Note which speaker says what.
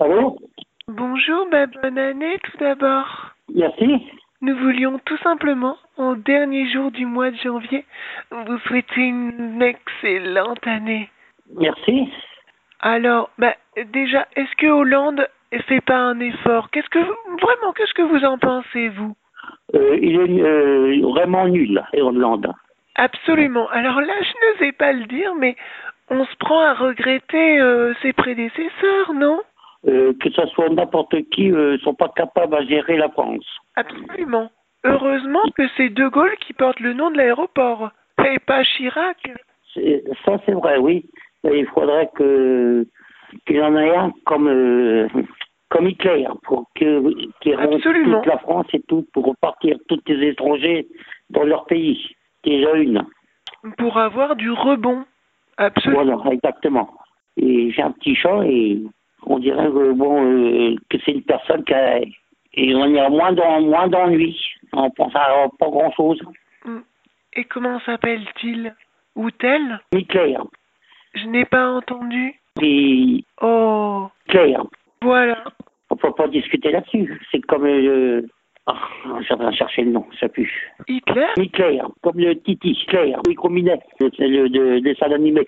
Speaker 1: Allô
Speaker 2: Bonjour, bah, bonne année tout d'abord.
Speaker 1: Merci.
Speaker 2: Nous voulions tout simplement, au dernier jour du mois de janvier, vous souhaiter une excellente année.
Speaker 1: Merci.
Speaker 2: Alors, bah, déjà, est-ce que Hollande fait pas un effort Qu'est-ce que vous- vraiment, qu'est-ce que vous en pensez vous
Speaker 1: Euh, il est euh, vraiment nul, Hollande.
Speaker 2: Absolument. Alors là, je ne sais pas le dire, mais on se prend à regretter euh, ses prédécesseurs, non
Speaker 1: Euh, que ce soit n'importe qui, euh, sont pas capables à gérer la France.
Speaker 2: Absolument. Heureusement que c'est De Gaulle qui porte le nom de l'aéroport et pas Chirac.
Speaker 1: C'est- Ça, c'est vrai, oui. Et il faudrait que qu'il y en ait un comme euh, comme Hitler pour que qui rentre
Speaker 2: Absolument.
Speaker 1: toute la France et tout pour repartir tous les étrangers dans leur pays. Déjà une.
Speaker 2: Pour avoir du rebond. Absolument.
Speaker 1: Voilà, exactement. Et j'ai un petit chat et on dirait que bon euh, que c'est une personne qui a et on est moins dans moins d'ennui. On pense à pas grand chose.
Speaker 2: Et comment s'appelle-t-il Ou tel
Speaker 1: Hitler,
Speaker 2: Je n'ai pas entendu.
Speaker 1: et
Speaker 2: Oh,
Speaker 1: Hitler.
Speaker 2: voilà.
Speaker 1: On peut pas discuter là-dessus. C'est comme euh, ah, j'ai en train de chercher le nom, ça pue.
Speaker 2: Hitler
Speaker 1: Hitler, comme le Titi, Hitler, oui, combiné, c'est le de, dessin animé.